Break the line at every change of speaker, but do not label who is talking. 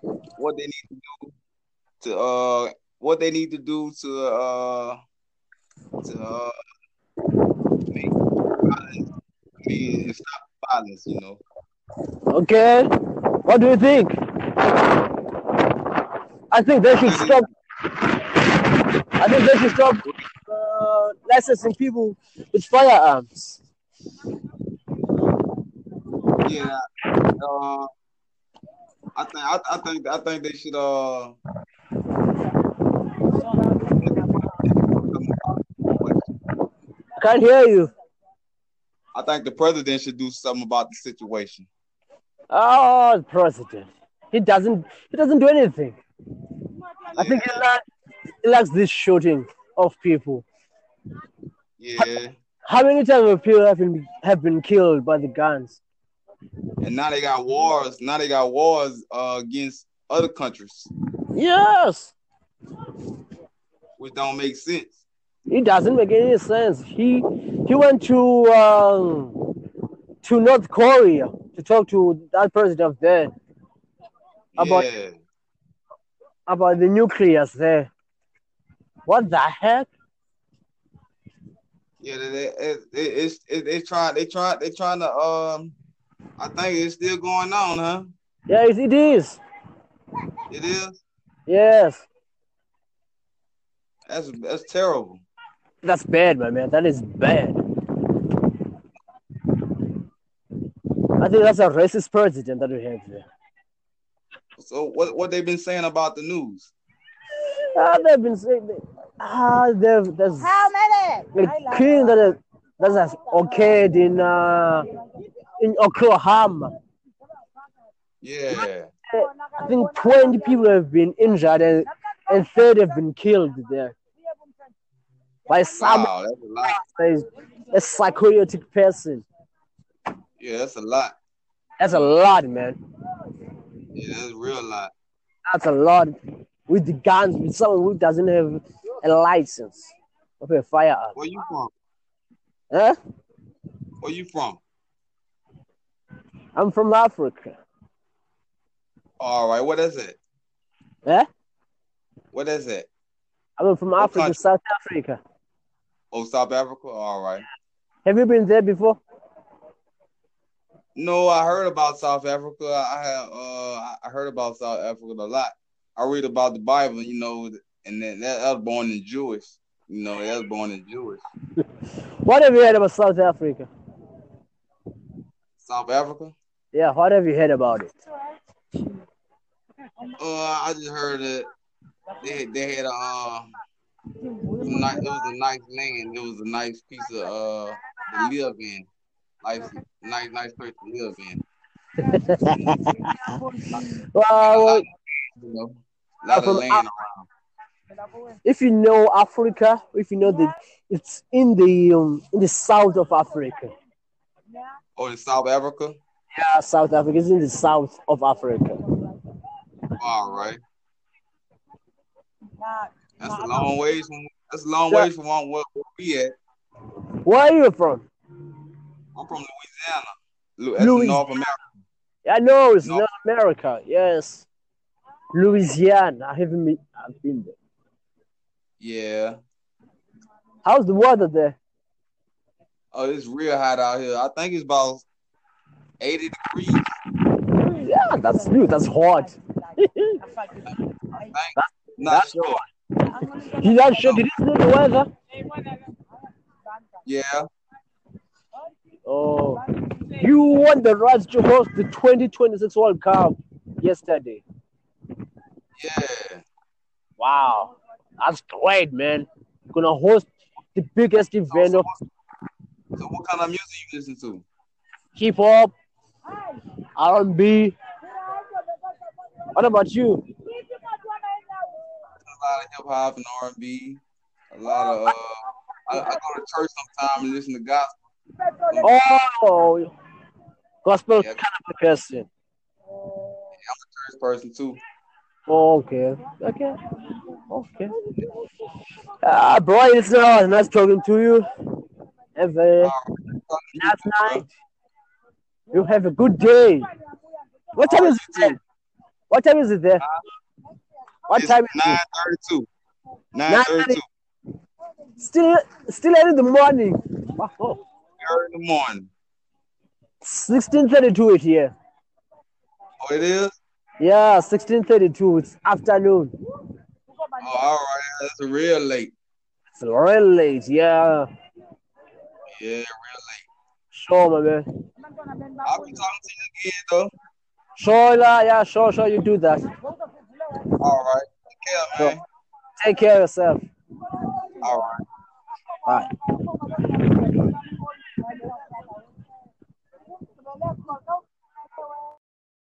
what they need to do to uh what they need to do to uh to uh make violence. I mean stop violence, you know.
Okay. What do you think? I think they should stop. I think they should stop uh, licensing people with firearms.
Yeah. Uh, I think I, I think I think they should uh
Can't hear you.
I think the president should do something about the situation.
Oh, the president. He doesn't. He doesn't do anything. I think he, la- he likes this shooting of people.
Yeah.
How many times have people have been, have been killed by the guns?
And now they got wars. Now they got wars uh, against other countries,
Yes,
which don't make sense.
it doesn't make any sense. He he went to um, to North Korea to talk to that president there About-
yeah.
about the nucleus there. What the heck?
Yeah, they, they, it- it- it's it, they try they try they trying to um I think it's still going on, huh?
Yes, it is.
It is.
Yes,
That's that's terrible.
that's bad, my man. That is bad. I think that's a racist president that we have there.
So what what they've been saying about the news?
Ah, they've been saying that- ah, they've there's
How many?
a killing that has- that has occurred in uh, in Oklahoma.
Yeah.
Uh, I think 20 people have been injured and, and 30 have been killed there by some
Wow, that's a lot.
a, a psychotic person.
Yeah, that's a lot.
That's a lot, man.
Yeah, that's a real lot.
That's a lot. With the guns, with someone who doesn't have a license of a firearm.
Where you from?
Huh?
Where you from?
I'm from Africa.
All right, what is it?
Huh?
What is it?
I'm from
What
Africa,
country?
South Africa.
Oh, South Africa. All right.
Have you been there before?
No, I heard about South Africa. I have uh I- I heard about South Africa a lot. I read about the Bible, you know, and then that I was born in Jewish. You know, that was born in Jewish.
What have you heard about South Africa?
South Africa.
Yeah, what have you heard about it?
Uh I just heard that they they had a um some ni- it was a nice land. It was a nice piece of uh to live in. Nice nice nice place to live in.
Well,
You know, a lot of
From
land.
if you know Africa, if you know that it's in the um, in the south of Africa.
Oh, in South Africa.
Yeah, South Africa is in the south of Africa.
All right. That's a long ways from that's a long ways from where, where we at.
Where are you from?
I'm from Louisiana. Lu- That's in
Louis-
North America.
I know it's
No.
North America. Yes, Louisiana. I haven't been. I've been there.
Yeah.
How's the weather there?
Oh, it's real hot out here. I think it's about 80 degrees.
Yeah, that's new. That's hot.
Not
That's
sure.
hot. Did I show? Did you know the weather?
Yeah.
Oh, you won the rights to host the 2026 World Cup yesterday.
Yeah.
Wow, that's great, man. Gonna host the biggest event of
So what kind of music you listen to?
hip hop, R&B. What about you?
A lot of hip hop and R&B. A lot of uh, I, I go to church sometimes and listen to gospel.
Oh, gospel
Yeah.
kind of person.
Church person too.
Okay, okay, okay. Uh, bro, it's uh, nice talking to you. Have a
All right.
nice night. Uh, You have a good day. What time is it? What time is it there? What time is
Nine
it?
thirty-two. Nine
Nine-
thirty-two.
Still, still early in the morning. Wow.
Early in the morning.
16:32 it here.
Oh, it is.
Yeah, 16:32. It's afternoon.
Oh, all right. That's real late.
It's real late. Yeah,
Yeah, real late.
sure, my man.
I'll be talking to you again though.
Sure, la, yeah, sure, sure. You do that.
All right. Take care, man.
Take care of yourself.
All right.
Bye.